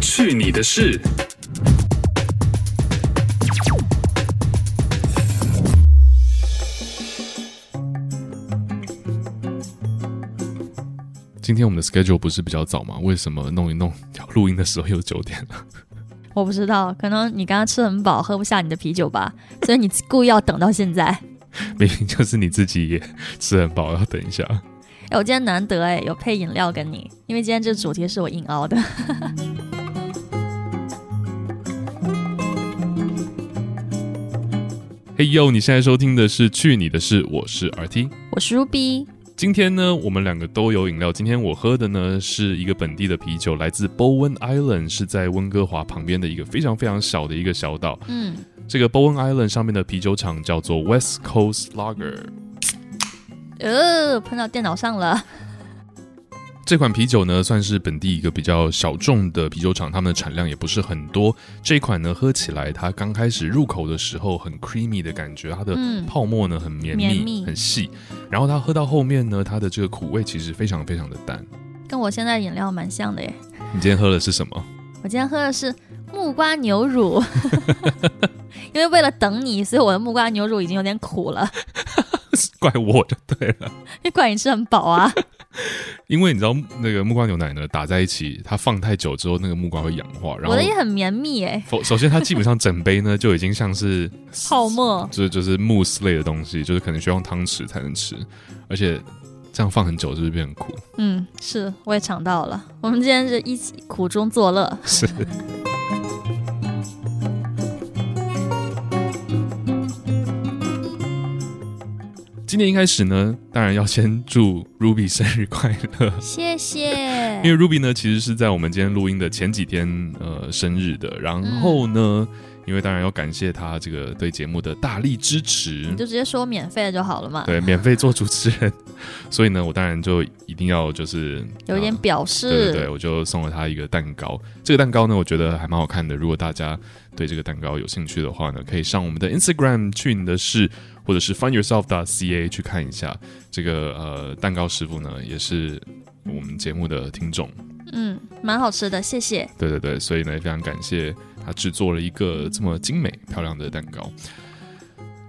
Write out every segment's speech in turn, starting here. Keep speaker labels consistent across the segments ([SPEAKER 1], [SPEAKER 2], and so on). [SPEAKER 1] 去你的事！今天我们的 schedule 不是比较早吗？为什么弄一弄要录音的时候又九点了？
[SPEAKER 2] 我不知道，可能你刚刚吃很饱，喝不下你的啤酒 吧，所以你故意要等到现在。
[SPEAKER 1] 明明就是你自己也吃很饱，要等一下。
[SPEAKER 2] 哎，我今天难得哎，有配饮料跟你，因为今天这主题是我硬熬的。
[SPEAKER 1] 嘿呦，你现在收听的是《去你的事》，我是 RT。
[SPEAKER 2] 我是 Ruby，
[SPEAKER 1] 今天呢，我们两个都有饮料。今天我喝的呢是一个本地的啤酒，来自 Bowen Island，是在温哥华旁边的一个非常非常小的一个小岛。
[SPEAKER 2] 嗯，
[SPEAKER 1] 这个 Bowen Island 上面的啤酒厂叫做 West Coast Lager。
[SPEAKER 2] 呃，喷到电脑上了，
[SPEAKER 1] 这款啤酒呢，算是本地一个比较小众的啤酒厂，他们的产量也不是很多。这款呢，喝起来它刚开始入口的时候很 creamy 的感觉，它的
[SPEAKER 2] 嗯
[SPEAKER 1] 泡沫呢很绵密、
[SPEAKER 2] 绵密
[SPEAKER 1] 很细。然后它喝到后面呢，它的这个苦味其实非常非常的淡。
[SPEAKER 2] 跟我现在饮料蛮像的耶。
[SPEAKER 1] 你今天喝的是什么？
[SPEAKER 2] 我今天喝的是木瓜牛 乳，因为为了等你，所以我的木瓜牛乳已经有点苦了，
[SPEAKER 1] 怪我就对了，
[SPEAKER 2] 因为怪你吃很饱啊。
[SPEAKER 1] 因为你知道那个木瓜牛奶呢打在一起，它放太久之后，那个木瓜会氧化。然
[SPEAKER 2] 我
[SPEAKER 1] 后
[SPEAKER 2] 的也很绵密哎，
[SPEAKER 1] 首首先它基本上整杯呢就已经像是
[SPEAKER 2] 泡 沫。
[SPEAKER 1] 就就是慕斯类的东西，就是可能需要用汤匙才能吃，而且这样放很久是不是变很苦？
[SPEAKER 2] 嗯，是，我也尝到了。我们今天是一起苦中作乐。
[SPEAKER 1] 是。今天一开始呢，当然要先祝 Ruby 生日快乐。
[SPEAKER 2] 谢谢。
[SPEAKER 1] 因为 Ruby 呢，其实是在我们今天录音的前几天，呃，生日的。然后呢，因为当然要感谢他这个对节目的大力支持
[SPEAKER 2] 你，就直接说免费的就好了嘛，
[SPEAKER 1] 对，免费做主持人，所以呢，我当然就一定要就是
[SPEAKER 2] 有一点
[SPEAKER 1] 啊
[SPEAKER 2] 表
[SPEAKER 1] 对
[SPEAKER 2] 示。
[SPEAKER 1] 对对，我就送了他一个蛋糕。这个蛋糕呢，我觉得还蛮好看的。如果大家对这个蛋糕有兴趣的话呢，可以上我们的 Instagram 去你的事，或者是 find yourself ca 去看一下。这个呃，蛋糕师傅呢，也是我们节目的听众。
[SPEAKER 2] 嗯，蛮好吃的，谢谢。
[SPEAKER 1] 对对对，所以呢，非常感谢他制作了一个这么精美漂亮的蛋糕。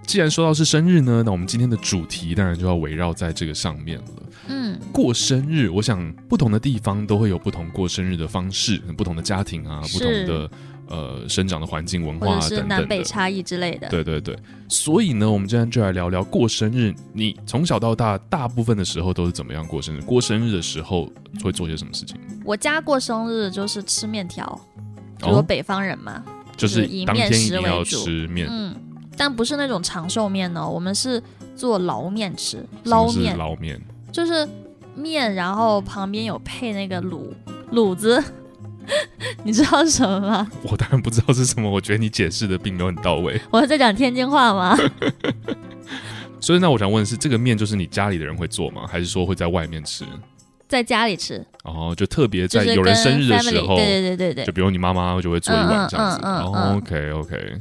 [SPEAKER 1] 既然说到是生日呢，那我们今天的主题当然就要围绕在这个上面了。
[SPEAKER 2] 嗯，
[SPEAKER 1] 过生日，我想不同的地方都会有不同过生日的方式，不同的家庭啊，
[SPEAKER 2] 是
[SPEAKER 1] 不同的呃生长的环境、文
[SPEAKER 2] 或
[SPEAKER 1] 化、
[SPEAKER 2] 者
[SPEAKER 1] 啊、
[SPEAKER 2] 是
[SPEAKER 1] 等
[SPEAKER 2] 南
[SPEAKER 1] 等
[SPEAKER 2] 北
[SPEAKER 1] 的。
[SPEAKER 2] 差异之类的。
[SPEAKER 1] 对对对，所以呢，我们今天就来聊聊过生日。你从小到大，大部分的时候都是怎么样过生日？过生日的时候会做些什么事情？
[SPEAKER 2] 我家过生日就是吃面条，
[SPEAKER 1] 哦
[SPEAKER 2] 就我，北方人嘛，
[SPEAKER 1] 就是
[SPEAKER 2] 以
[SPEAKER 1] 当天
[SPEAKER 2] 面
[SPEAKER 1] 一
[SPEAKER 2] 食
[SPEAKER 1] 定
[SPEAKER 2] 为
[SPEAKER 1] 要
[SPEAKER 2] 主
[SPEAKER 1] 吃面。
[SPEAKER 2] 嗯，但不是那种长寿面哦，我们是做捞面吃，
[SPEAKER 1] 什么
[SPEAKER 2] 捞
[SPEAKER 1] 是
[SPEAKER 2] 面
[SPEAKER 1] 捞面，
[SPEAKER 2] 就是面，然后旁边有配那个卤卤子， 你知道是什么吗？
[SPEAKER 1] 我当然不知道是什么，我觉得你解释的并没有很到位。
[SPEAKER 2] 我在讲天津话吗？
[SPEAKER 1] 所以那我想问的是，这个面就是你家里的人会做吗？还是说会在外面吃？
[SPEAKER 2] 在家里吃，
[SPEAKER 1] 然后就特别
[SPEAKER 2] 就
[SPEAKER 1] 在
[SPEAKER 2] 是
[SPEAKER 1] 有
[SPEAKER 2] 跟
[SPEAKER 1] 人生日的时
[SPEAKER 2] family，
[SPEAKER 1] 候，
[SPEAKER 2] 对对对对
[SPEAKER 1] 就
[SPEAKER 2] 对，
[SPEAKER 1] 比如你妈妈就会做一碗这样子。
[SPEAKER 2] 嗯嗯嗯嗯
[SPEAKER 1] 哦、OK OK。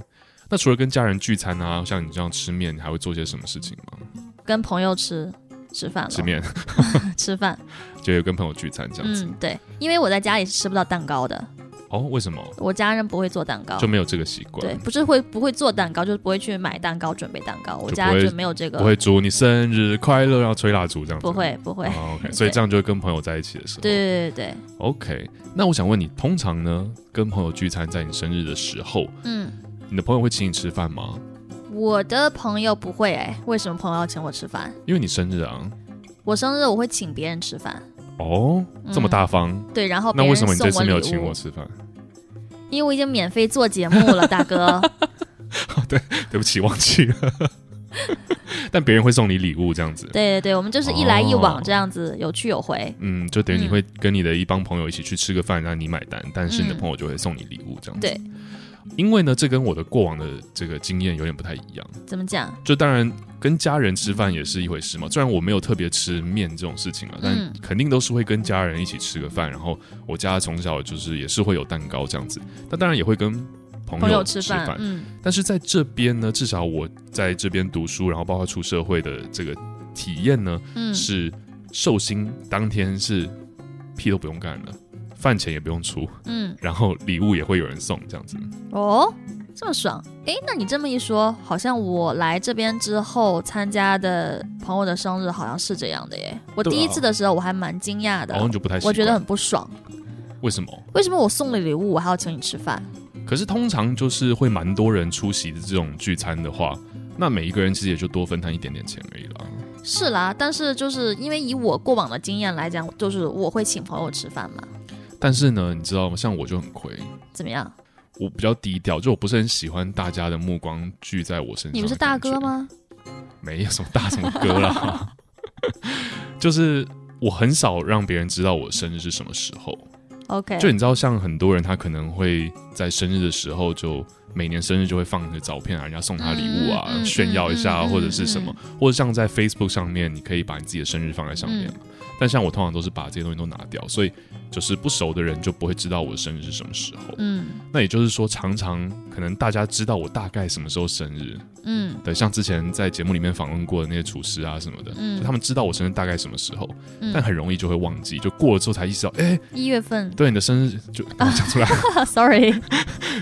[SPEAKER 1] 那除了跟家人聚餐啊，像你这样吃面，你还会做些什么事情吗？
[SPEAKER 2] 嗯跟朋友吃吃饭了，
[SPEAKER 1] 吃面
[SPEAKER 2] 吃饭，
[SPEAKER 1] 就有跟朋友聚餐这样子。
[SPEAKER 2] 嗯，对，因为我在家里是吃不到蛋糕的，
[SPEAKER 1] 哦，为什么
[SPEAKER 2] 我家人不会做蛋糕
[SPEAKER 1] 就，没有这个习惯
[SPEAKER 2] 嗯对，？不是会不会做蛋糕，就是不会去买蛋糕准备蛋糕，我
[SPEAKER 1] 就
[SPEAKER 2] 家
[SPEAKER 1] 不会
[SPEAKER 2] 就没有这个，
[SPEAKER 1] 不会祝你生日快乐，然后吹蜡烛这样子。
[SPEAKER 2] 不。会不会，
[SPEAKER 1] 哦、OK，所以这样就会跟朋友在一起的时候。
[SPEAKER 2] 对对对对，
[SPEAKER 1] OK，那我想问你，通常呢，跟朋友聚餐，在你生日的时候，
[SPEAKER 2] 嗯，
[SPEAKER 1] 你的朋友会请你吃饭吗？
[SPEAKER 2] 我的朋友不会哎，为什么朋友要请我吃饭？
[SPEAKER 1] 因为你生日啊。
[SPEAKER 2] 我生日我会请别人吃饭，
[SPEAKER 1] 哦，这么
[SPEAKER 2] 嗯
[SPEAKER 1] 大方，
[SPEAKER 2] 对，然后
[SPEAKER 1] 那
[SPEAKER 2] 别
[SPEAKER 1] 为
[SPEAKER 2] 人
[SPEAKER 1] 什
[SPEAKER 2] 送
[SPEAKER 1] 么你这次没有
[SPEAKER 2] 礼
[SPEAKER 1] 请我
[SPEAKER 2] 物，
[SPEAKER 1] 吃饭？
[SPEAKER 2] 因为我已经免费做节目了，大哥，
[SPEAKER 1] 对不起，忘记了。 但别人会送你礼物，这样子。
[SPEAKER 2] 对对对，我们就是一来一
[SPEAKER 1] 哦
[SPEAKER 2] 往这样子，有去有回，
[SPEAKER 1] 嗯，就等于你
[SPEAKER 2] 嗯
[SPEAKER 1] 会跟你的一帮朋友一起去吃个饭，让你买单，但是你的
[SPEAKER 2] 嗯
[SPEAKER 1] 朋友就会送你礼物，这样子。
[SPEAKER 2] 对，
[SPEAKER 1] 因为呢，这跟我的过往的这个经验有点不太一样。
[SPEAKER 2] 怎么讲？
[SPEAKER 1] 就当然跟家人吃饭也是一回事嘛，虽然我没有特别吃面这种事情啊，但
[SPEAKER 2] 嗯
[SPEAKER 1] 肯定都是会跟家人一起吃个饭。然后我家从小就是也是会有蛋糕这样子，但当然也会跟朋
[SPEAKER 2] 朋友
[SPEAKER 1] 吃
[SPEAKER 2] 吃饭，嗯。
[SPEAKER 1] 但是在这边呢，至少我在这边读书，然后包括出社会的这个体验呢，
[SPEAKER 2] 嗯，
[SPEAKER 1] 是寿星当天是屁都不用干了，饭钱也不用出，
[SPEAKER 2] 嗯，
[SPEAKER 1] 然后礼物也会有人送，这样子。
[SPEAKER 2] 哦，这么爽。诶，那你这么一说，好像我来这边之后参加的朋友的生日好像是这样的耶。我
[SPEAKER 1] 对啊
[SPEAKER 2] 第一次的时候我还蛮惊讶的，
[SPEAKER 1] 然后就不太习惯，
[SPEAKER 2] 我觉得很不爽。
[SPEAKER 1] 为什么？
[SPEAKER 2] 为什么我送了礼物，我还要请你吃饭？
[SPEAKER 1] 可是通常就是会蛮多人出席的这种聚餐的话，那每一个人其实也就多分摊一点点钱而已啦。
[SPEAKER 2] 是啦，但是就是因为以我过往的经验来讲，就是我会请朋友吃饭嘛，
[SPEAKER 1] 但是呢，你知道吗？像我就很亏，
[SPEAKER 2] 怎么样？
[SPEAKER 1] 我比较低调，就我不是很喜欢大家的目光聚在我身上。
[SPEAKER 2] 你不是大哥？吗？
[SPEAKER 1] 没有什么大什么哥 啦，就是我很少让别人知道我生日是什么时候。
[SPEAKER 2] OK，
[SPEAKER 1] 就你知道，像很多人他可能会在生日的时候就。每年生日就会放一些照片啊，人家送他礼物啊，
[SPEAKER 2] 嗯嗯嗯
[SPEAKER 1] 炫耀一下、啊
[SPEAKER 2] 嗯嗯
[SPEAKER 1] 或者是什么，或者像在 Facebook 上面，你可以把你自己的生日放在上面嘛。
[SPEAKER 2] 嗯
[SPEAKER 1] 但像我通常都是把这些东西都拿掉，所以就是不熟的人就不会知道我的生日是什么时候。
[SPEAKER 2] 嗯
[SPEAKER 1] 那也就是说，常常可能大家知道我大概什么时候生日，
[SPEAKER 2] 嗯
[SPEAKER 1] 对，像之前在节目里面访问过的那些厨师啊什么的，就
[SPEAKER 2] 嗯
[SPEAKER 1] 他们知道我生日大概什么时候，但
[SPEAKER 2] 嗯，
[SPEAKER 1] 很容易就会忘记，就过了之后才意识到，哎、
[SPEAKER 2] 一月份
[SPEAKER 1] 对，你的生日 就刚刚讲出来，
[SPEAKER 2] ，sorry，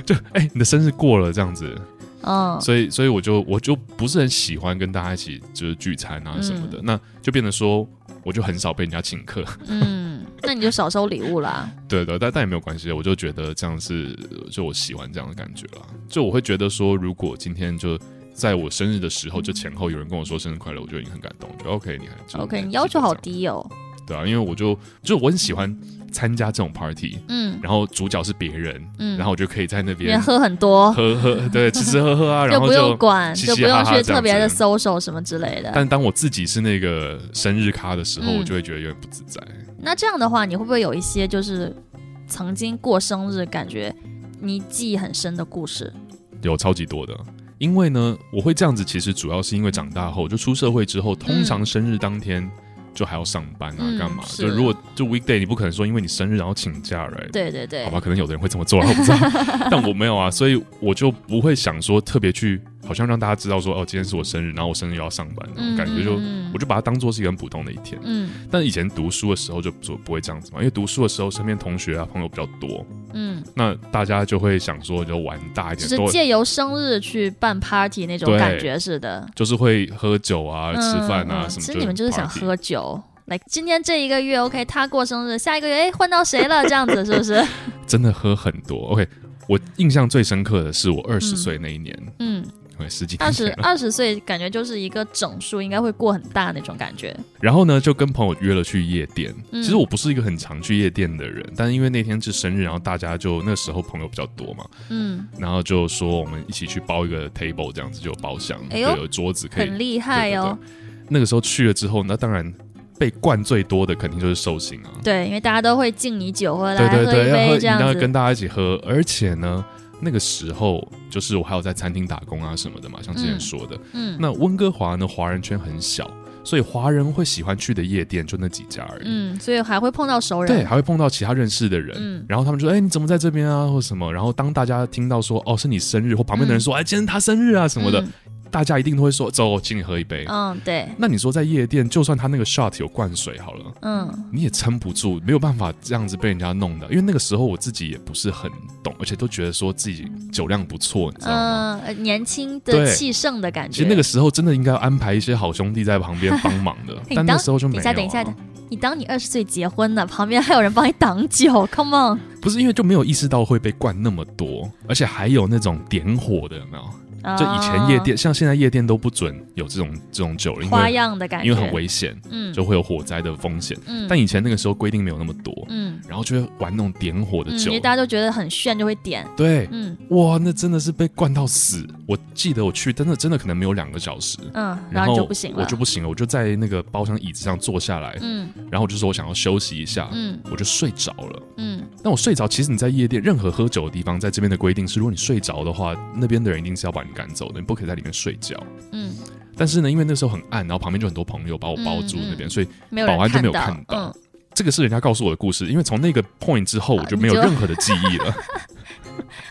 [SPEAKER 1] 就哎、你的生日过了这样子，
[SPEAKER 2] 嗯
[SPEAKER 1] 所以所以我就我就不是很喜欢跟大家一起就是聚餐啊什么的，那就变得说我就很少被人家请客，
[SPEAKER 2] 嗯，那你就少收礼物啦。
[SPEAKER 1] 对对，但但也没有关系，我就觉得这样是就我喜欢这样的感觉啦。就我会觉得说，如果今天就在我生日的时候，就前后有人跟我说生日快乐，我就已经很感动，我觉得 OK，你还就
[SPEAKER 2] OK，你要求好，
[SPEAKER 1] 就
[SPEAKER 2] 低哦。
[SPEAKER 1] 这样对啊，因为我就就我很喜欢参加这种 party，
[SPEAKER 2] 嗯
[SPEAKER 1] 然后主角是别人，
[SPEAKER 2] 嗯，
[SPEAKER 1] 然后我就可以在那
[SPEAKER 2] 别
[SPEAKER 1] 边
[SPEAKER 2] 人喝很多，
[SPEAKER 1] 喝喝，对，吃吃喝喝 啊，然
[SPEAKER 2] 就
[SPEAKER 1] 后
[SPEAKER 2] 不用
[SPEAKER 1] 就。
[SPEAKER 2] 管，
[SPEAKER 1] 嘻
[SPEAKER 2] 就
[SPEAKER 1] 嘻
[SPEAKER 2] 不
[SPEAKER 1] 哈
[SPEAKER 2] 用
[SPEAKER 1] 哈
[SPEAKER 2] 去
[SPEAKER 1] 这
[SPEAKER 2] 特
[SPEAKER 1] 样
[SPEAKER 2] 别的
[SPEAKER 1] 子
[SPEAKER 2] social 什么之类的。
[SPEAKER 1] 但当我自己是那个生日咖的时候，
[SPEAKER 2] 哎嗯
[SPEAKER 1] 我就会觉得有点不自在。
[SPEAKER 2] 那这样的话，你会不会有一些就是曾经过生日感觉你记忆很深的故事？
[SPEAKER 1] 有超级多的。因为呢，我会这样子，其实主要是因为长大后，就出社会之后，通常生日当天就还要上班啊，
[SPEAKER 2] 嗯
[SPEAKER 1] 干嘛？
[SPEAKER 2] 是
[SPEAKER 1] 就如果就 weekday，你不可能说因为你生日然后请假来。Right?
[SPEAKER 2] 对对对，
[SPEAKER 1] 好吧，可能有的人会这么做啦，我不 知道，但我没有啊，所以我就不会想说特别去，好像让大家知道说哦，今天是我生日，然后我生日又要上班，那种
[SPEAKER 2] 嗯，
[SPEAKER 1] 感觉就，
[SPEAKER 2] 嗯
[SPEAKER 1] 我就把它当做是一个很普通的一天。
[SPEAKER 2] 嗯
[SPEAKER 1] 但以前读书的时候就不不会这样子嘛，因为读书的时候身边同学啊朋友比较多，
[SPEAKER 2] 嗯，
[SPEAKER 1] 那大家就会想说就玩大一
[SPEAKER 2] 就
[SPEAKER 1] 点，
[SPEAKER 2] 是
[SPEAKER 1] 多
[SPEAKER 2] 借由生日去办 party 那种
[SPEAKER 1] 对
[SPEAKER 2] 感觉似的。
[SPEAKER 1] 就是会喝酒啊、
[SPEAKER 2] 嗯
[SPEAKER 1] 吃饭啊、
[SPEAKER 2] 嗯
[SPEAKER 1] 什么。
[SPEAKER 2] 其实你们就是想
[SPEAKER 1] party
[SPEAKER 2] 喝酒。like, 今天这一个月 OK，他过生日，下一个月哎换到谁了？这样子是不是？
[SPEAKER 1] 真的喝很多。OK，我印象最深刻的是我二十岁那一年，
[SPEAKER 2] 嗯，
[SPEAKER 1] 对，十几
[SPEAKER 2] 二
[SPEAKER 1] 年
[SPEAKER 2] 十
[SPEAKER 1] 前了。
[SPEAKER 2] 二十岁感觉就是一个整数，应该会过很大那种感觉。
[SPEAKER 1] 然后呢，就跟朋友约了去夜店。
[SPEAKER 2] 嗯
[SPEAKER 1] 其实我不是一个很常去夜店的人，但是因为那天是生日，然后大家就那时候朋友比较多嘛，
[SPEAKER 2] 嗯，
[SPEAKER 1] 然后就说我们一起去包一个 table，这样子就有包厢，对，
[SPEAKER 2] 哎呦
[SPEAKER 1] 有桌子可以
[SPEAKER 2] 很厉害哦。
[SPEAKER 1] 对对对那个时候去了之后，那当然被灌最多的肯定就是寿星啊。
[SPEAKER 2] 对，因为大家都会敬你酒喝，
[SPEAKER 1] 对
[SPEAKER 2] 来
[SPEAKER 1] 对
[SPEAKER 2] 喝一
[SPEAKER 1] 对，
[SPEAKER 2] 杯
[SPEAKER 1] 要
[SPEAKER 2] 这
[SPEAKER 1] 一定
[SPEAKER 2] 样
[SPEAKER 1] 要
[SPEAKER 2] 子。
[SPEAKER 1] 跟大家一起喝，而且呢，那个时候就是我还有在餐厅打工啊什么的嘛，像之前
[SPEAKER 2] 嗯
[SPEAKER 1] 说的。
[SPEAKER 2] 嗯
[SPEAKER 1] 那温哥华呢，华人圈很小，所以华人会喜欢去的夜店就那几家而已。
[SPEAKER 2] 嗯，所以还会碰到熟人。
[SPEAKER 1] 对，还会碰到其他认识的人，
[SPEAKER 2] 嗯
[SPEAKER 1] 然后他们就说：“哎、你怎么在这边啊？”或什么。然后当大家听到说“哦，是你生日”或旁边的人说“哎，今天他生日啊”什么的，
[SPEAKER 2] 嗯
[SPEAKER 1] 大家一定都会说：“走，请你喝一杯。
[SPEAKER 2] 嗯，对，
[SPEAKER 1] 那你说在夜店，就算他那个 shot 有灌水好了，
[SPEAKER 2] 嗯
[SPEAKER 1] 你也撑不住，没有办法这样子被人家弄的。因为那个时候我自己也不是很懂，而且都觉得说自己酒量不错，你知道吗？
[SPEAKER 2] 嗯，呃年轻的
[SPEAKER 1] 对
[SPEAKER 2] 气盛的感
[SPEAKER 1] 其
[SPEAKER 2] 觉。，
[SPEAKER 1] 实那个时候真的应该安排一些好兄弟在旁边帮忙的
[SPEAKER 2] 你
[SPEAKER 1] 但
[SPEAKER 2] 当
[SPEAKER 1] 那时候就没有、
[SPEAKER 2] 等
[SPEAKER 1] 啊。
[SPEAKER 2] 一下，等一下，等一下你当你二十岁结婚呢，旁边还有人帮你挡酒，Come on！
[SPEAKER 1] 不是因为就没有意识到会被灌那么多，而且还有那种点火的，有没有？
[SPEAKER 2] 啊
[SPEAKER 1] 就以前夜店，像现在夜店都不准有这种这种酒了，
[SPEAKER 2] 啊
[SPEAKER 1] 因
[SPEAKER 2] 花
[SPEAKER 1] 为
[SPEAKER 2] 样的感觉，
[SPEAKER 1] 因为很危险，
[SPEAKER 2] 嗯
[SPEAKER 1] 就会有火灾的风险。
[SPEAKER 2] 嗯
[SPEAKER 1] 但以前那个时候规定没有那么多，
[SPEAKER 2] 嗯
[SPEAKER 1] 然后就会玩那种点火的
[SPEAKER 2] 嗯，
[SPEAKER 1] 酒
[SPEAKER 2] 因为，大家都觉得很炫，就会点。
[SPEAKER 1] 对，
[SPEAKER 2] 嗯
[SPEAKER 1] 哇，那真的是被灌到死！我记得我去，真的真的可能没有两个小时，
[SPEAKER 2] 嗯，
[SPEAKER 1] 然
[SPEAKER 2] 后
[SPEAKER 1] 后
[SPEAKER 2] 你就不行了。
[SPEAKER 1] 我就不行了，我就在那个包厢椅子上坐下来，
[SPEAKER 2] 嗯
[SPEAKER 1] 然后我就说我想要休息一下，
[SPEAKER 2] 嗯
[SPEAKER 1] 我就睡着了。
[SPEAKER 2] 嗯
[SPEAKER 1] 那我睡着，其实你在夜店任何喝酒的地方，在这边的规定是，如果你睡着的话，那边的人一定是要把你赶走的，你不可以在里面睡觉。
[SPEAKER 2] 嗯，
[SPEAKER 1] 但是呢，因为那时候很暗，然后旁边就很多朋友把我包住
[SPEAKER 2] 嗯嗯
[SPEAKER 1] 那边，所以
[SPEAKER 2] 没有人
[SPEAKER 1] 保安就没有看
[SPEAKER 2] 看
[SPEAKER 1] 到
[SPEAKER 2] 嗯，
[SPEAKER 1] 这个是人家告诉我的 故事。因为从那个 point 之后，
[SPEAKER 2] 啊
[SPEAKER 1] 我就没有
[SPEAKER 2] 你就
[SPEAKER 1] 任何的记忆了。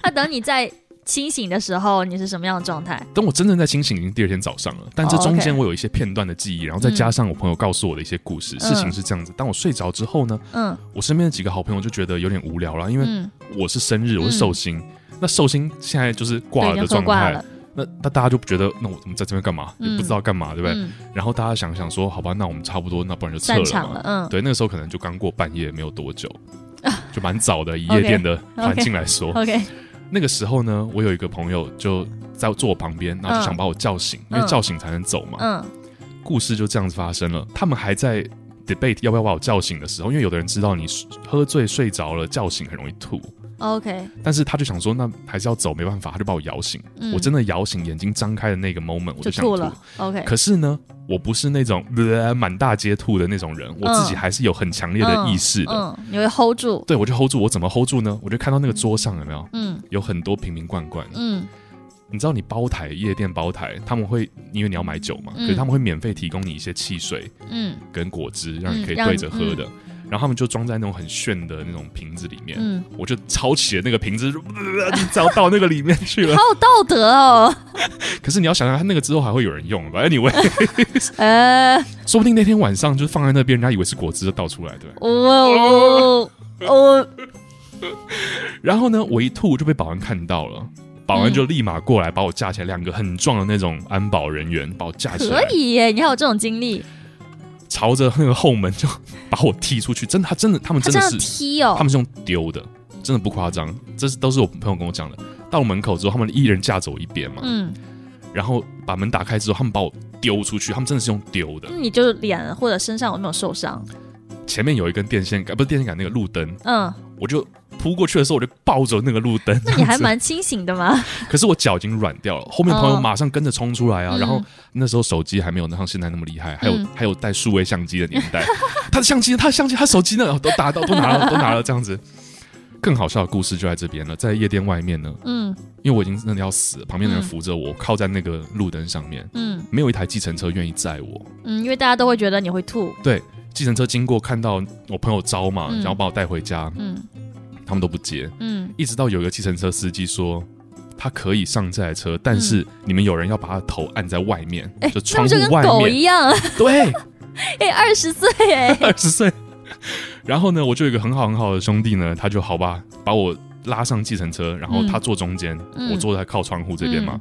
[SPEAKER 2] 那等你在清醒的时候你是什么样的状态？
[SPEAKER 1] 等我真正在清醒，已经第二天早上了。但这
[SPEAKER 2] 哦
[SPEAKER 1] 中间
[SPEAKER 2] OK 嗯
[SPEAKER 1] 我有一些片段的记忆，然后再加上我朋友告诉我的一些故事。事情是这样子：当我睡着之后呢，
[SPEAKER 2] 嗯
[SPEAKER 1] 我身边的几个好朋友就觉得有点无聊了，因为
[SPEAKER 2] 嗯，
[SPEAKER 1] 我是生日，我是寿星。那寿星现在就是挂
[SPEAKER 2] 对，
[SPEAKER 1] 了
[SPEAKER 2] 已经
[SPEAKER 1] 的
[SPEAKER 2] 喝
[SPEAKER 1] 状
[SPEAKER 2] 挂
[SPEAKER 1] 态
[SPEAKER 2] 了，，
[SPEAKER 1] 那那大家就觉得，那我怎么在这边干嘛？也
[SPEAKER 2] 嗯
[SPEAKER 1] 不知道干嘛，对不对？
[SPEAKER 2] 嗯，
[SPEAKER 1] 然后大家想想说，好吧，那我们差不多，那不然就撤
[SPEAKER 2] 散
[SPEAKER 1] 了
[SPEAKER 2] 场
[SPEAKER 1] 嘛。
[SPEAKER 2] 了，嗯，
[SPEAKER 1] 对，那个时候可能就刚过半夜没有多久，
[SPEAKER 2] 啊
[SPEAKER 1] 就蛮早的，以夜店 的环境来说。
[SPEAKER 2] 嗯，OK，
[SPEAKER 1] 那个时候呢，我有一个朋友就在坐我旁边，然后就想把我叫醒，
[SPEAKER 2] 嗯
[SPEAKER 1] 因为叫醒才能走嘛。
[SPEAKER 2] 嗯
[SPEAKER 1] 故事就这样子发生了，他们还在 debate 要不要把我叫醒的时候，因为有的人知道你喝醉睡着了叫醒很容易吐，
[SPEAKER 2] ，OK，
[SPEAKER 1] 但是他就想说那还是要走，没办法，他就把我摇醒。
[SPEAKER 2] 嗯，
[SPEAKER 1] 我真的摇醒，眼睛张开的那个 moment 我
[SPEAKER 2] 就
[SPEAKER 1] 想吐
[SPEAKER 2] 吐了，OK，
[SPEAKER 1] 可是呢，我不是那种 呃满大街吐的那种人，我自己还是有很强烈的意识的。
[SPEAKER 2] 嗯，你会 hold 住，
[SPEAKER 1] 对，我就 hold 住，我怎么 hold 住呢？我就看到那个桌上有没有
[SPEAKER 2] 嗯
[SPEAKER 1] 有很多瓶瓶罐罐，
[SPEAKER 2] 嗯
[SPEAKER 1] 你知道你包台夜店包台，他们会因为你要买酒嘛，
[SPEAKER 2] 嗯
[SPEAKER 1] 可是他们会免费提供你一些汽水
[SPEAKER 2] 嗯
[SPEAKER 1] 跟果汁，让你可以
[SPEAKER 2] 嗯让
[SPEAKER 1] 对着喝的。然后他们就装在那种很炫的那种瓶子里面，
[SPEAKER 2] 嗯，
[SPEAKER 1] 我就抄起了那个瓶子， 呃、就倒到那个里面去了
[SPEAKER 2] 好。有道德哦，
[SPEAKER 1] 可是你要想想，看那个之后还会有人 用吧？Anyway，
[SPEAKER 2] 呃，
[SPEAKER 1] 说不定那天晚上就放在那边，人家以为是果汁就倒出来，对不对。
[SPEAKER 2] 我我
[SPEAKER 1] 哦然后呢，我一吐就被保安看到了，保安
[SPEAKER 2] 嗯
[SPEAKER 1] 就立马过来把我架起来，两个很壮的那种安保人员把我架起来
[SPEAKER 2] 可，以耶，你还有这种经历，
[SPEAKER 1] 朝着那个后门就把我踢出去。真的，他真的，他们
[SPEAKER 2] 他
[SPEAKER 1] 真
[SPEAKER 2] 这
[SPEAKER 1] 的是，
[SPEAKER 2] 样踢
[SPEAKER 1] 他
[SPEAKER 2] 哦，
[SPEAKER 1] 们是用丢的，真的不夸张。这是都是我朋友跟我讲的。到了门口之后，他们一人架走一边嘛，
[SPEAKER 2] 嗯，
[SPEAKER 1] 然后把门打开之后，他们把我丢出去，他们真的是用丢的
[SPEAKER 2] 那。你就是脸或者身上有没有受伤？
[SPEAKER 1] 前面有一根电线杆，不是电线杆，那个路灯，
[SPEAKER 2] 嗯，
[SPEAKER 1] 我就扑过去的时候，我就抱着那个路灯。
[SPEAKER 2] 那你
[SPEAKER 1] 这
[SPEAKER 2] 还
[SPEAKER 1] 样子
[SPEAKER 2] 蛮清醒的嘛，
[SPEAKER 1] 可是我脚已经软掉了，后面朋友马上跟着冲出来啊，
[SPEAKER 2] 哦嗯
[SPEAKER 1] 然后那时候手机还没有像现在那么厉害，还有、
[SPEAKER 2] 嗯
[SPEAKER 1] 还有带数位相机的年代， 他的相机、他的相机、他手机呢都打到都拿 了都拿了这样子。更好笑的故事就在这边了，在夜店外面呢，
[SPEAKER 2] 嗯
[SPEAKER 1] 因为我已经真的要死了，旁边的人
[SPEAKER 2] 嗯
[SPEAKER 1] 扶着我，靠在那个路灯上面，
[SPEAKER 2] 嗯
[SPEAKER 1] 没有一台计程车愿意载我。
[SPEAKER 2] 嗯，因为大家都会觉得你会吐，
[SPEAKER 1] 计程车经过看到我朋友招嘛，
[SPEAKER 2] 嗯
[SPEAKER 1] 然后把我带回家，
[SPEAKER 2] 嗯
[SPEAKER 1] 他们都不接，
[SPEAKER 2] 嗯
[SPEAKER 1] 一直到有一个计程车司机说。他可以上这台车，但是你们有人要把他的头按在外面，
[SPEAKER 2] 嗯哎
[SPEAKER 1] 就，窗
[SPEAKER 2] 那
[SPEAKER 1] 户
[SPEAKER 2] 不就跟
[SPEAKER 1] 外
[SPEAKER 2] 狗
[SPEAKER 1] 面，
[SPEAKER 2] 一 样？
[SPEAKER 1] 对，
[SPEAKER 2] 哎，二十岁哎，
[SPEAKER 1] 二十岁。然后呢，我就有一个很好很好的兄弟呢，他就好吧，把我拉上计程车，然后他坐中间，
[SPEAKER 2] 嗯
[SPEAKER 1] 我坐在靠窗户这边嘛，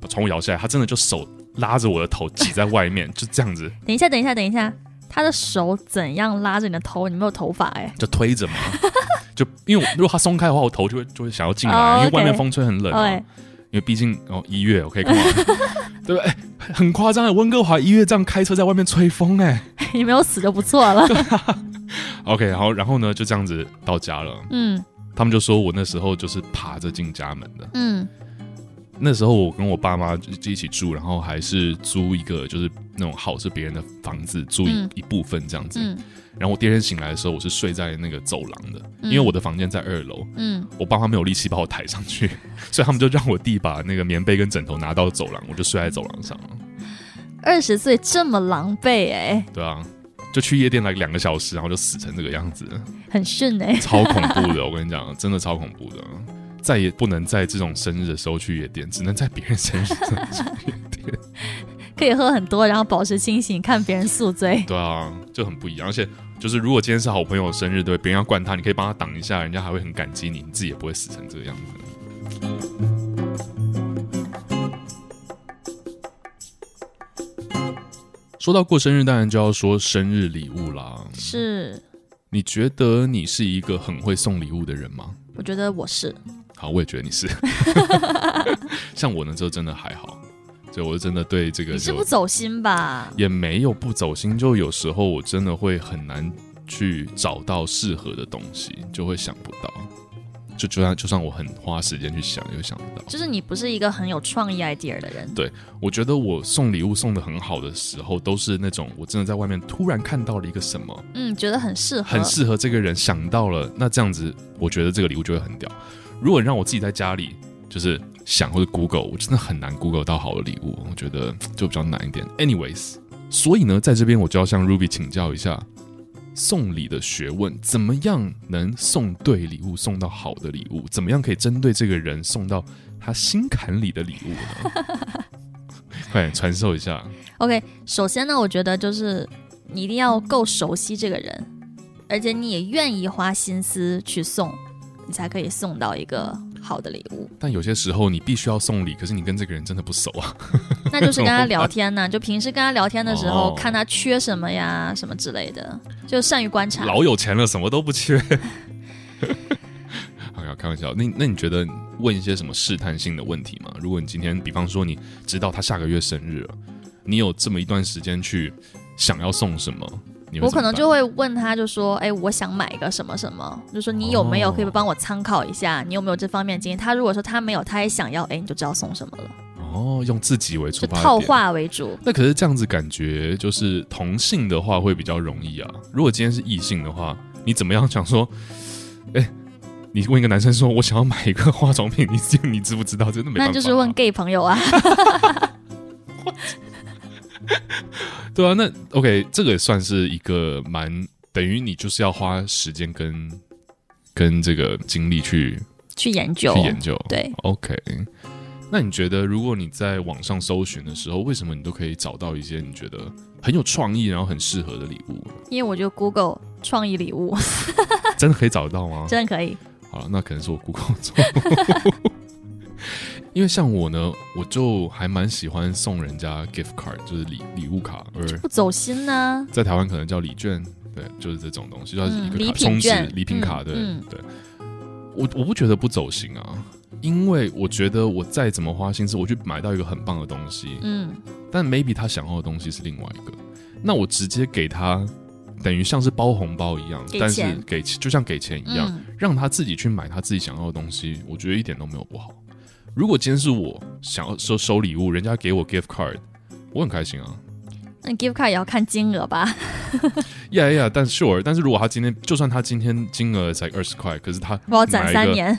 [SPEAKER 1] 把窗户摇下来，他真的就手拉着我的头挤在外面，就这样 子
[SPEAKER 2] 等一下，等一下，等一下，他的手怎样拉着你的头？你没有头发哎，
[SPEAKER 1] 就推着嘛。就因为我如果他松开的话，我头就会就会想要进来，
[SPEAKER 2] 哦
[SPEAKER 1] 因为外面
[SPEAKER 2] OK
[SPEAKER 1] 风吹很冷、啊。
[SPEAKER 2] 哎，
[SPEAKER 1] 因为毕竟哦一月，OK，干嘛？ 对不对？哎很夸张的，温哥华一月这样开车在外面吹风、哎
[SPEAKER 2] 你没有死就不错 了，
[SPEAKER 1] ，OK，然后然后呢就这样子到家了。
[SPEAKER 2] 嗯
[SPEAKER 1] 他们就说我那时候就是爬着进家门的。
[SPEAKER 2] 嗯
[SPEAKER 1] 那时候我跟我爸妈就就一起住，然后还是租一个就是那种好是别人的房子，租一、
[SPEAKER 2] 嗯
[SPEAKER 1] 一部分这样子。
[SPEAKER 2] 嗯
[SPEAKER 1] 然后我第二天醒来的时候，我是睡在那个走廊的，
[SPEAKER 2] 嗯
[SPEAKER 1] 因为我的房间在二楼，
[SPEAKER 2] 嗯，
[SPEAKER 1] 我爸妈没有力气把我抬上去，所以他们就让我弟把那个棉被跟枕头拿到走廊，我就睡在走廊上了。
[SPEAKER 2] 二十岁这么狼狈哎，
[SPEAKER 1] 对啊，就去夜店来两个小时，然后就死成这个样子。
[SPEAKER 2] 很逊哎，
[SPEAKER 1] 超恐怖的，我跟你讲，真的超恐怖的，再也不能在这种生日的时候去夜店，只能在别人生日的时候去夜店。
[SPEAKER 2] 可以喝很多，然后保持清醒，看别人宿醉。
[SPEAKER 1] 对啊，就很不一样。而且就是如果今天是好朋友生日，对，别人要灌他，你可以帮他挡一下，人家还会很感激你，你自己也不会死成这个样子。说到过生日，当然就要说生日礼物啦。
[SPEAKER 2] 是，
[SPEAKER 1] 你觉得你是一个很会送礼物的人吗？
[SPEAKER 2] 我觉得我是，
[SPEAKER 1] 好，我也觉得你 是。像我呢，就真的还好，所以我就真的对这个
[SPEAKER 2] 你是
[SPEAKER 1] 就
[SPEAKER 2] 不走心吧？
[SPEAKER 1] 也没有不走心，就有时候我真的会很难去找到适合的东西，就会想不到。就就算就算我很花时间去想，又想不到。
[SPEAKER 2] 就是你不是一个很有创意 idea 的人。
[SPEAKER 1] 我觉得我送礼物送的很好的时候，都是那种我真的在外面突然看到了一个什么，
[SPEAKER 2] 嗯，觉得很适合，
[SPEAKER 1] 很适合这个人，想到了，那这样子，我觉得这个礼物就会很屌。如果让我自己在家里就是想或者 Google，我真的很难 Google 到好的礼物，我觉得就比较难一点。Anyways，所以呢，在这边我就要向 Ruby 请教一下送礼的学问，怎么样能送对礼物，送到好的礼物？怎么样可以针对这个人送到他心坎里的礼物呢？快点传授一下。
[SPEAKER 2] OK，首先呢，我觉得就是你一定要够熟悉这个人，而且你也愿意花心思去送，你才可以送到一个好的礼物。
[SPEAKER 1] 但有些时候你必须要送礼，可是你跟这个人真的不熟啊。
[SPEAKER 2] 那就是跟他聊天呢，就平时跟他聊天的时候，
[SPEAKER 1] 哦
[SPEAKER 2] 看他缺什么呀，什么之类的，就善于观察。
[SPEAKER 1] 老有钱了，什么都不缺。 好，开玩笑。那那你觉得问一些什么试探性的问题吗？如果你今天，比方说你知道他下个月生日了，你有这么一段时间去想要送什么，你会
[SPEAKER 2] 我可
[SPEAKER 1] 怎么
[SPEAKER 2] 能
[SPEAKER 1] 办
[SPEAKER 2] 就会问他，就说，哎，我想买一个什么什么，就说你有没有
[SPEAKER 1] 哦
[SPEAKER 2] 可以帮我参考一下，你有没有这方面经验？他如果说他没有，他也想要，哎，你就知道送什么了，
[SPEAKER 1] 哦，用自己为出
[SPEAKER 2] 就
[SPEAKER 1] 发
[SPEAKER 2] 套
[SPEAKER 1] 点。
[SPEAKER 2] 话为主。
[SPEAKER 1] 那可是这样子感觉就是同性的话会比较容易啊。如果今天是异性的话，你怎么样想说？ 哎、你问一个男生说，我想要买一个化妆品，你知你知不知道？真的没办法、啊
[SPEAKER 2] 那就是问 gay 朋友啊，
[SPEAKER 1] 对啊，那 OK，这个也算是一个蛮等于你就是要花时间跟跟这个精力去
[SPEAKER 2] 去研究，
[SPEAKER 1] 去研究。
[SPEAKER 2] 对。
[SPEAKER 1] OK，那你觉得如果你在网上搜寻的时候，为什么你都可以找到一些你觉得很有创意，然后很适合的礼 物？
[SPEAKER 2] 因为我觉得 Google 创意礼物
[SPEAKER 1] 真的可以找得到吗？
[SPEAKER 2] 真的可以，
[SPEAKER 1] 好了，那可能是我 Google 错。 因为像我呢，我就还蛮喜欢送人家 gift card，就是礼礼物卡，而
[SPEAKER 2] 不走心呢、
[SPEAKER 1] 在台湾可能叫礼券，对，就是这种东西，就是一
[SPEAKER 2] 嗯
[SPEAKER 1] 个
[SPEAKER 2] 礼
[SPEAKER 1] 卡
[SPEAKER 2] 品
[SPEAKER 1] 充值
[SPEAKER 2] 券
[SPEAKER 1] 礼品卡，
[SPEAKER 2] 嗯
[SPEAKER 1] 对、
[SPEAKER 2] 嗯
[SPEAKER 1] 对。我我不觉得不走心啊，因为我觉得我再怎么花心思，我去买到一个很棒的东西，
[SPEAKER 2] 嗯，
[SPEAKER 1] 但 maybe 他想要的东西是另外一个，那我直接给他，等于像是包红包一样，
[SPEAKER 2] 给
[SPEAKER 1] 但是
[SPEAKER 2] 钱
[SPEAKER 1] 给就像给钱一样，
[SPEAKER 2] 嗯，
[SPEAKER 1] 让他自己去买他自己想要的东西，我觉得一点都没有不好。如果今天是我想要收收礼物，人家给我 gift card，我很开心啊。
[SPEAKER 2] 那 gift card 也要看金额吧？
[SPEAKER 1] 呀呀，但 sure，但是如果他今天，就算他今天金额才二十块，可是他
[SPEAKER 2] 我要攒三年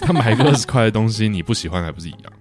[SPEAKER 1] 他买一个二十块的东西，你不喜欢还不是一样？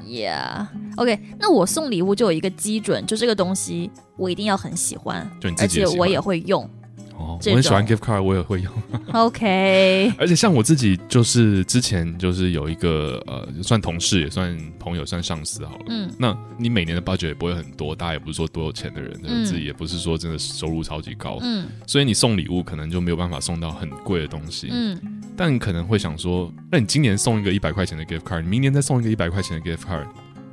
[SPEAKER 2] ，Yeah。OK，那我送礼物就有一个基准，就这个东西我一定要很喜欢，
[SPEAKER 1] 就你自
[SPEAKER 2] 而
[SPEAKER 1] 己
[SPEAKER 2] 且我也
[SPEAKER 1] 喜
[SPEAKER 2] 会用。
[SPEAKER 1] 欢哦，
[SPEAKER 2] 这
[SPEAKER 1] 我很喜欢
[SPEAKER 2] 种
[SPEAKER 1] gift card，我也会用。
[SPEAKER 2] OK，
[SPEAKER 1] 而且像我自己，就是之前就是有一个呃，算同事也算朋友，算上司好了。
[SPEAKER 2] 嗯，
[SPEAKER 1] 那你每年的 budget 也不会很多，大家也不是说多有钱的人，
[SPEAKER 2] 嗯
[SPEAKER 1] 自己也不是说真的收入超级高，
[SPEAKER 2] 嗯
[SPEAKER 1] 所以你送礼物可能就没有办法送到很贵的东西。
[SPEAKER 2] 嗯，
[SPEAKER 1] 但你可能会想说，那你今年送一个一百块钱的 gift card，你明年再送一个一百块钱的 gift card，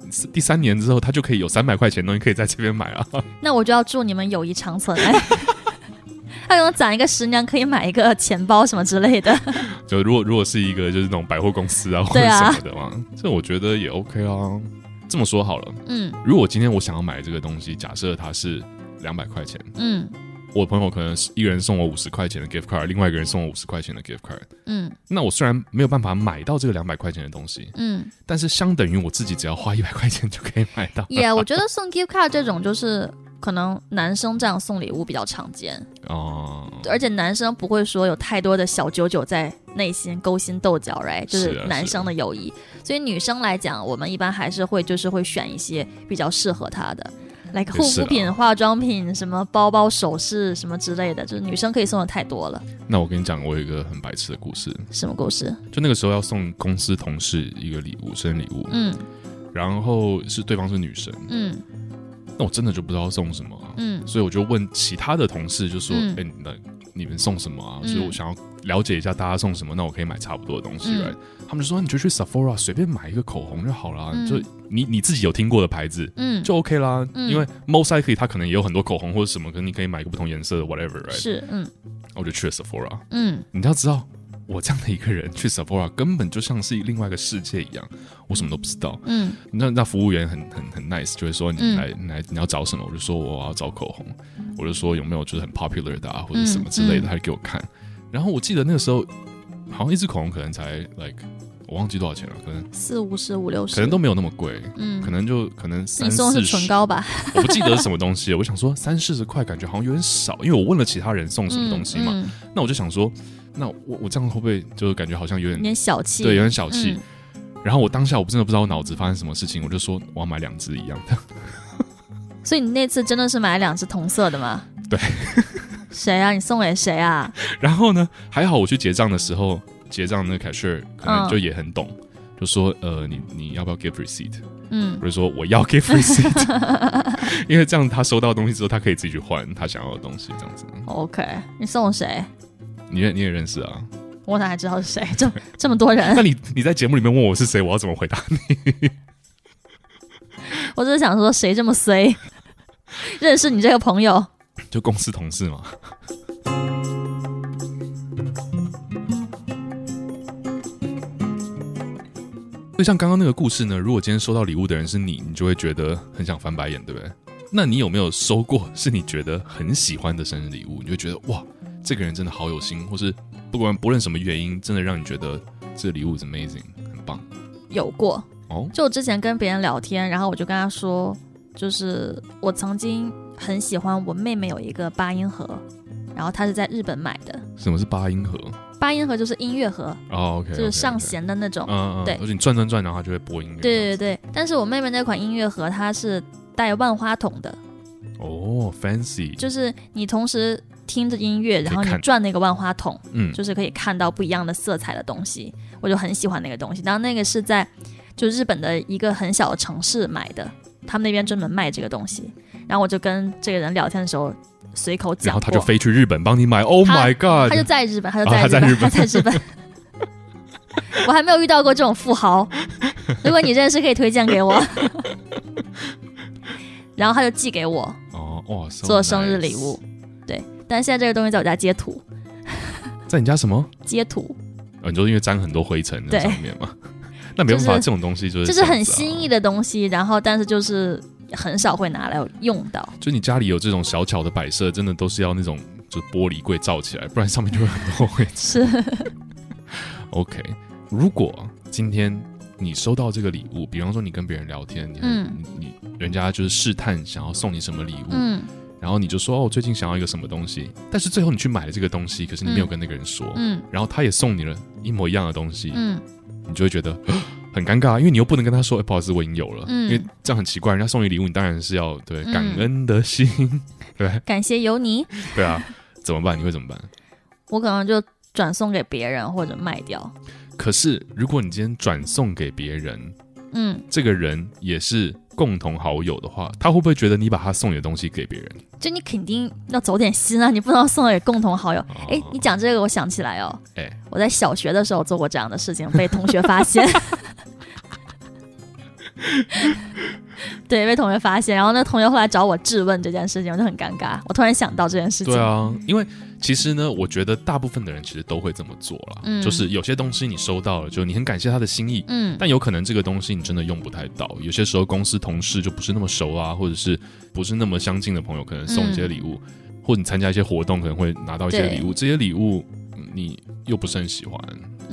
[SPEAKER 1] 是第三年之后他就可以有三百块钱的东西可以在这边买啊。
[SPEAKER 2] 那我就要祝你们友谊长存。 哎他可能攒一个十年，可以买一个钱包什么之类的。
[SPEAKER 1] 就如果如果是一个就是那种百货公司啊或者
[SPEAKER 2] 对啊
[SPEAKER 1] 什么的嘛，这我觉得也 OK 啊。这么说好了，
[SPEAKER 2] 嗯
[SPEAKER 1] 如果今天我想要买这个东西，假设它是两百块钱，
[SPEAKER 2] 嗯
[SPEAKER 1] 我朋友可能是一个人送我五十块钱的 gift card，另外一个人送我五十块钱的 gift card，
[SPEAKER 2] 嗯
[SPEAKER 1] 那我虽然没有办法买到这个两百块钱的东西，
[SPEAKER 2] 嗯，
[SPEAKER 1] 但是相等于我自己只要花一百块钱就可以买到。
[SPEAKER 2] 也、我觉得送 gift card 这种就是可能男生这样送礼物比较常见，
[SPEAKER 1] 哦，
[SPEAKER 2] 而且男生不会说有太多的小九九在内心勾心斗角，right？就是
[SPEAKER 1] 啊
[SPEAKER 2] 是
[SPEAKER 1] 是
[SPEAKER 2] 男生的友谊。所以女生来讲，我们一般还是会就是会选一些比较适合她的。like 护
[SPEAKER 1] 也是啊
[SPEAKER 2] 肤
[SPEAKER 1] 啦
[SPEAKER 2] 品、化妆品、什么包包、首饰什么之类的，就是女生可以送的太多了。
[SPEAKER 1] 那我跟你讲，我有一个很白痴的故事。
[SPEAKER 2] 什么故事？
[SPEAKER 1] 就那个时候要送公司同事一个礼物，生日礼物，
[SPEAKER 2] 嗯
[SPEAKER 1] 然后是对方是女生，
[SPEAKER 2] 嗯
[SPEAKER 1] 那我真的就不知道送什么啊、
[SPEAKER 2] 嗯
[SPEAKER 1] 所以我就问其他的同事，就说：“哎
[SPEAKER 2] 嗯、
[SPEAKER 1] 那你们送什么啊？”
[SPEAKER 2] 嗯
[SPEAKER 1] 所以我想要了解一下大家送什么，那我可以买差不多的东西
[SPEAKER 2] 嗯
[SPEAKER 1] ，right？、他们就说：“啊你就去 Sephora 随便买一个口红就好啦，
[SPEAKER 2] 嗯
[SPEAKER 1] 就你你自己有听过的牌子。”
[SPEAKER 2] 嗯，
[SPEAKER 1] 就 OK 啦，
[SPEAKER 2] 嗯
[SPEAKER 1] 因为 most likely 它可能也有很多口红或者什么，可能你可以买一个不同颜色的 whatever，right？
[SPEAKER 2] 是嗯
[SPEAKER 1] 我就去了 Sephora，
[SPEAKER 2] 嗯
[SPEAKER 1] 你要知道，我这样的一个人去 Sephora 根本就像是另外一个世界一样，我什么都不知道。
[SPEAKER 2] 嗯
[SPEAKER 1] 那那服务员很很很 nice，就会说你
[SPEAKER 2] 嗯
[SPEAKER 1] 来、你来你要找什么，我就说我要找口红，我就说有没有就是很 popular 的啊或者
[SPEAKER 2] 嗯
[SPEAKER 1] 什么之类的，
[SPEAKER 2] 嗯
[SPEAKER 1] 他就给我看。然后我记得那个时候，好像一支口红可能才 like 我忘记多少钱了，可能
[SPEAKER 2] 四五十五六十，
[SPEAKER 1] 可能都没有那么贵，
[SPEAKER 2] 嗯，
[SPEAKER 1] 可能就可能
[SPEAKER 2] 你
[SPEAKER 1] 三
[SPEAKER 2] 送的
[SPEAKER 1] 四
[SPEAKER 2] 是
[SPEAKER 1] 十
[SPEAKER 2] 唇，膏 吧？
[SPEAKER 1] 我不记得是什么东西了。我想说三四十块感觉好像有点少，因为我问了其他人送什么东西嘛，
[SPEAKER 2] 嗯
[SPEAKER 1] 那我就想说，那我我这样会不会就是感觉好像有
[SPEAKER 2] 嗯
[SPEAKER 1] 点
[SPEAKER 2] 有点小气，
[SPEAKER 1] 对，有点小气。
[SPEAKER 2] 嗯
[SPEAKER 1] 然后我当下我真的不知道我脑子发生什么事情，我就说我要买两支一样的。
[SPEAKER 2] 所以你那次真的是买了两只同色的吗？
[SPEAKER 1] 对。
[SPEAKER 2] 谁啊？你送给谁啊？
[SPEAKER 1] 然后呢，还好我去结账的时候，结账那个 cashier 可能
[SPEAKER 2] 嗯
[SPEAKER 1] 就也很懂，就就说呃，你你要不要 give receipt？
[SPEAKER 2] 嗯
[SPEAKER 1] 我就说我要 give receipt，因 为这样他收到东西之后，他可以自己去换他想要的东西，这样子。
[SPEAKER 2] ，OK，你送谁？
[SPEAKER 1] 你也你也认识 啊？
[SPEAKER 2] 我哪知道是谁？ 这这么多 人
[SPEAKER 1] 那，你你在节目里面问我是谁，我要怎么回答？
[SPEAKER 2] 我只是想说谁这么衰， 认识你这个朋友。
[SPEAKER 1] 就公司同事嘛。 所以像刚刚那个故事呢，如果今天收到礼物的人是你，你就会觉得很想翻白眼，对不对？那你有没有收过是你觉得很喜欢的生日礼物？你就觉得哇，这个人真的好有心，或是不管不论什么原因，真的让你觉得这礼物 is amazing，很棒
[SPEAKER 2] 有过，
[SPEAKER 1] 哦。
[SPEAKER 2] 就我之前跟别人聊天，然后我就跟他说，就是我曾经很喜欢我妹妹有一个八音盒，然后她是在日本买的。
[SPEAKER 1] 什么是八音盒？
[SPEAKER 2] 八音盒就是音乐盒，
[SPEAKER 1] 哦，OK，
[SPEAKER 2] 就是上，弦的那种。
[SPEAKER 1] 嗯嗯，
[SPEAKER 2] 对
[SPEAKER 1] 而且你转转转，然后它就会播音乐，
[SPEAKER 2] 对对对，但是我妹妹那款音乐盒它是带万花筒的，
[SPEAKER 1] 对，哦，fancy，
[SPEAKER 2] 就是你同时听着音乐，然后你
[SPEAKER 1] 看
[SPEAKER 2] 转那个万花筒，
[SPEAKER 1] 嗯，
[SPEAKER 2] 就是可以看到不一样的色彩的东西。我就很喜欢那个东西。然后那个是在就日本的一个很小的城市买的，他们那边专门卖这个东西。然后我就跟这个人聊天的时候随口
[SPEAKER 1] 然
[SPEAKER 2] 讲
[SPEAKER 1] 后
[SPEAKER 2] 过，
[SPEAKER 1] 他就飞去日本帮你买。Oh
[SPEAKER 2] 他
[SPEAKER 1] my
[SPEAKER 2] 他就
[SPEAKER 1] god！
[SPEAKER 2] 在日本，他就
[SPEAKER 1] 啊他
[SPEAKER 2] 在
[SPEAKER 1] 在
[SPEAKER 2] 日
[SPEAKER 1] 日
[SPEAKER 2] 本，
[SPEAKER 1] 本
[SPEAKER 2] 他在日本。我还没有遇到过这种富 豪，如果你认识，可以推荐给我。 然后他就寄给我
[SPEAKER 1] 哦哇，so
[SPEAKER 2] 做生日
[SPEAKER 1] nice
[SPEAKER 2] 礼物，对。但现在这个东西在我家接土，
[SPEAKER 1] 在你家什么？
[SPEAKER 2] 接土
[SPEAKER 1] 呃你说因为沾很多灰尘在
[SPEAKER 2] 对
[SPEAKER 1] 上面嘛？ 那没办法，
[SPEAKER 2] 就是
[SPEAKER 1] 这啊种东西就是
[SPEAKER 2] 就是很新
[SPEAKER 1] 意。
[SPEAKER 2] 意的东西，然后但是就是很少会拿来用到。
[SPEAKER 1] 就你家里有这种小巧的摆设，真的都是要那种就是玻璃柜罩起来，不然上面就会很多灰尘。
[SPEAKER 2] 是
[SPEAKER 1] OK，如果今天你收到这个礼物，比方说你跟别人聊天，你很
[SPEAKER 2] 嗯
[SPEAKER 1] 你你人家就是试探想要送你什么礼物，
[SPEAKER 2] 嗯
[SPEAKER 1] 然后你就说哦，我最近想要一个什么东西，但是最后你去买了这个东西，可是你没有跟那个人说，
[SPEAKER 2] 嗯
[SPEAKER 1] 然后他也送你了一模一样的东西，
[SPEAKER 2] 嗯，
[SPEAKER 1] 你就会觉得 很尴尬，因为你又不能跟他说，哎、不好意思，我已经有了，
[SPEAKER 2] 嗯
[SPEAKER 1] 因为这样很奇怪。人家送你礼物，你当然是要对
[SPEAKER 2] 嗯
[SPEAKER 1] 感恩的心， 对
[SPEAKER 2] 感谢有你，
[SPEAKER 1] 对啊，怎么办？你会怎么办？
[SPEAKER 2] 我可能就转送给别人或者卖掉。
[SPEAKER 1] 可是如果你今天转送给别人，
[SPEAKER 2] 嗯，
[SPEAKER 1] 这个人也是共同好友的话，他会不会觉得你把他送你的东西给别人？
[SPEAKER 2] 就你肯定要走点心啊，你不能送给共同好友。
[SPEAKER 1] 哦
[SPEAKER 2] 哎、你讲这个，我想起来哦，
[SPEAKER 1] 哎
[SPEAKER 2] 我在小学的时候做过这样的事情，被同学发现。 对，被同学发现，然后那同学后来找我质问这件事情，我就很尴尬。我突然想到这件事情，
[SPEAKER 1] 对啊，因为其实呢，我觉得大部分的人其实都会这么做啦，
[SPEAKER 2] 嗯
[SPEAKER 1] 就是有些东西你收到了，就你很感谢他的心意，
[SPEAKER 2] 嗯
[SPEAKER 1] 但有可能这个东西你真的用不太到，有些时候公司同事就不是那么熟啊，或者是不是那么相近的朋友，可能送一些礼物，或你参加一些活动可能会拿到一些
[SPEAKER 2] 嗯对
[SPEAKER 1] 礼物，这些礼物嗯你又不是很喜欢，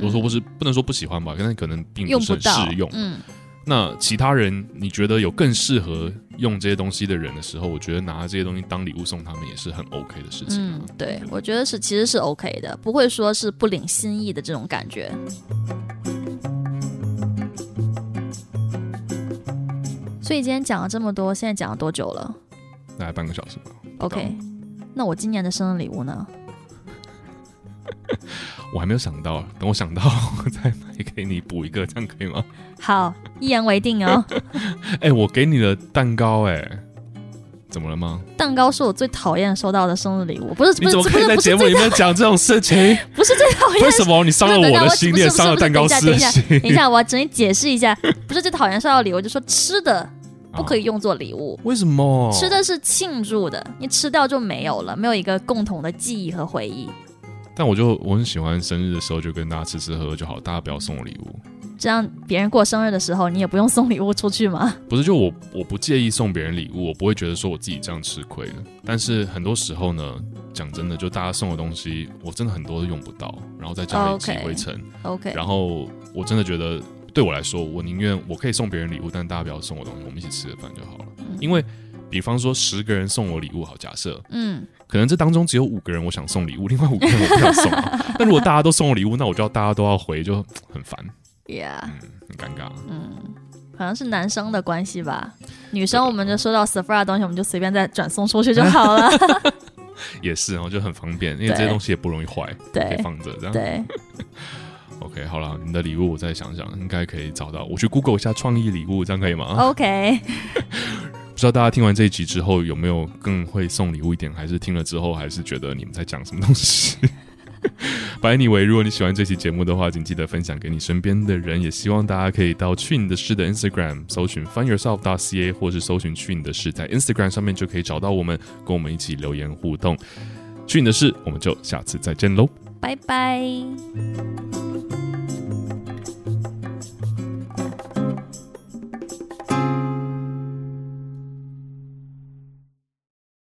[SPEAKER 1] 我说不是不能说不喜欢吧，但是可能并
[SPEAKER 2] 嗯用
[SPEAKER 1] 是
[SPEAKER 2] 不
[SPEAKER 1] 很
[SPEAKER 2] 到，
[SPEAKER 1] 适用。
[SPEAKER 2] 嗯
[SPEAKER 1] 那其他人你觉得有更适合用这些东西的人的时候，我觉得拿这些东西当礼物送他们也是很 OK 的事情啊、
[SPEAKER 2] 嗯，对，我觉得是其实是 OK 的，不会说是不领心意的这种感觉。所以今天讲了这么多，现在讲了多久了？
[SPEAKER 1] 大概半个小时吧。
[SPEAKER 2] OK，那我今年的生日礼物呢？
[SPEAKER 1] 我还没有想到，等我想到 我再买给你补一个，这样可以吗？
[SPEAKER 2] 好，一言为 定哦。
[SPEAKER 1] 哎、我给你的蛋糕、哎，怎么了吗？
[SPEAKER 2] 蛋糕是我最讨厌收到的生日礼物，不是
[SPEAKER 1] 你怎
[SPEAKER 2] 不是
[SPEAKER 1] 么
[SPEAKER 2] 不
[SPEAKER 1] 可以
[SPEAKER 2] 是
[SPEAKER 1] 在
[SPEAKER 2] 不
[SPEAKER 1] 节
[SPEAKER 2] 是哎
[SPEAKER 1] 目
[SPEAKER 2] 最
[SPEAKER 1] 里面讲这种事 情？
[SPEAKER 2] 不是最讨厌
[SPEAKER 1] 为。什么你伤了我的心，你也伤了蛋糕师的心？
[SPEAKER 2] 等一下，我要整理解释一下，不是最讨厌收到礼物，就说吃的不可以
[SPEAKER 1] 啊？
[SPEAKER 2] 用作礼物，
[SPEAKER 1] 为什么？
[SPEAKER 2] 吃，的是庆祝的，你吃掉就没有了，没有一个共同的记忆和回忆，
[SPEAKER 1] 但我就我很喜欢生日的时候就跟大家吃吃喝喝就好，大家不要送我礼物。
[SPEAKER 2] 这样别人过生日的时候，你也不用送礼物出去吗？
[SPEAKER 1] 不是，就我我不介意送别人礼物，我不会觉得说我自己这样吃亏的。但是很多时候呢，讲真的，就大家送的东西，我真的很多都用不到，然后在家里积
[SPEAKER 2] 哦 OK
[SPEAKER 1] 灰尘。
[SPEAKER 2] OK，
[SPEAKER 1] 然后我真的觉得，对我来说，我宁愿我可以送别人礼物，但大家不要送我东西，我们一起吃个饭就好了。因为，比方说十个人送我礼物，好，假设
[SPEAKER 2] 嗯，
[SPEAKER 1] 可能这当中只有五个人我想送礼物，另外五个人我不想送啊、 但如果大家都送我礼物，那我就要大家都要回，就很烦，
[SPEAKER 2] yeah。
[SPEAKER 1] 很尴 尬。
[SPEAKER 2] 好像是男生的关系吧，女生我们就收到 Sephora 的东西，我们就随便再转送出去就好了。
[SPEAKER 1] 也是，然后就很方便，因为这些
[SPEAKER 2] 对
[SPEAKER 1] 东西也不容易坏，可以
[SPEAKER 2] 对
[SPEAKER 1] 放着这样。
[SPEAKER 2] 对，
[SPEAKER 1] OK， OK，好了，你的礼物我再想想，应该可以找到。我去 Google 一下创意礼物，这样可以 吗？
[SPEAKER 2] OK，
[SPEAKER 1] 不知道大家听完这一集之后有没有更会送礼物一点，还是听了之后还是觉得你们在讲什么东西？ 反正 anyway，如果你喜欢这期节目的话，请记得分享给你身边的人，也希望大家可以到去你的事的 Instagram 搜寻 Find Yourself .ca，或是搜寻去你的事，在 Instagram 上面就可以找到我们，跟我们一起留言互动。去你的事，我们就下次再见喽。
[SPEAKER 2] 拜拜。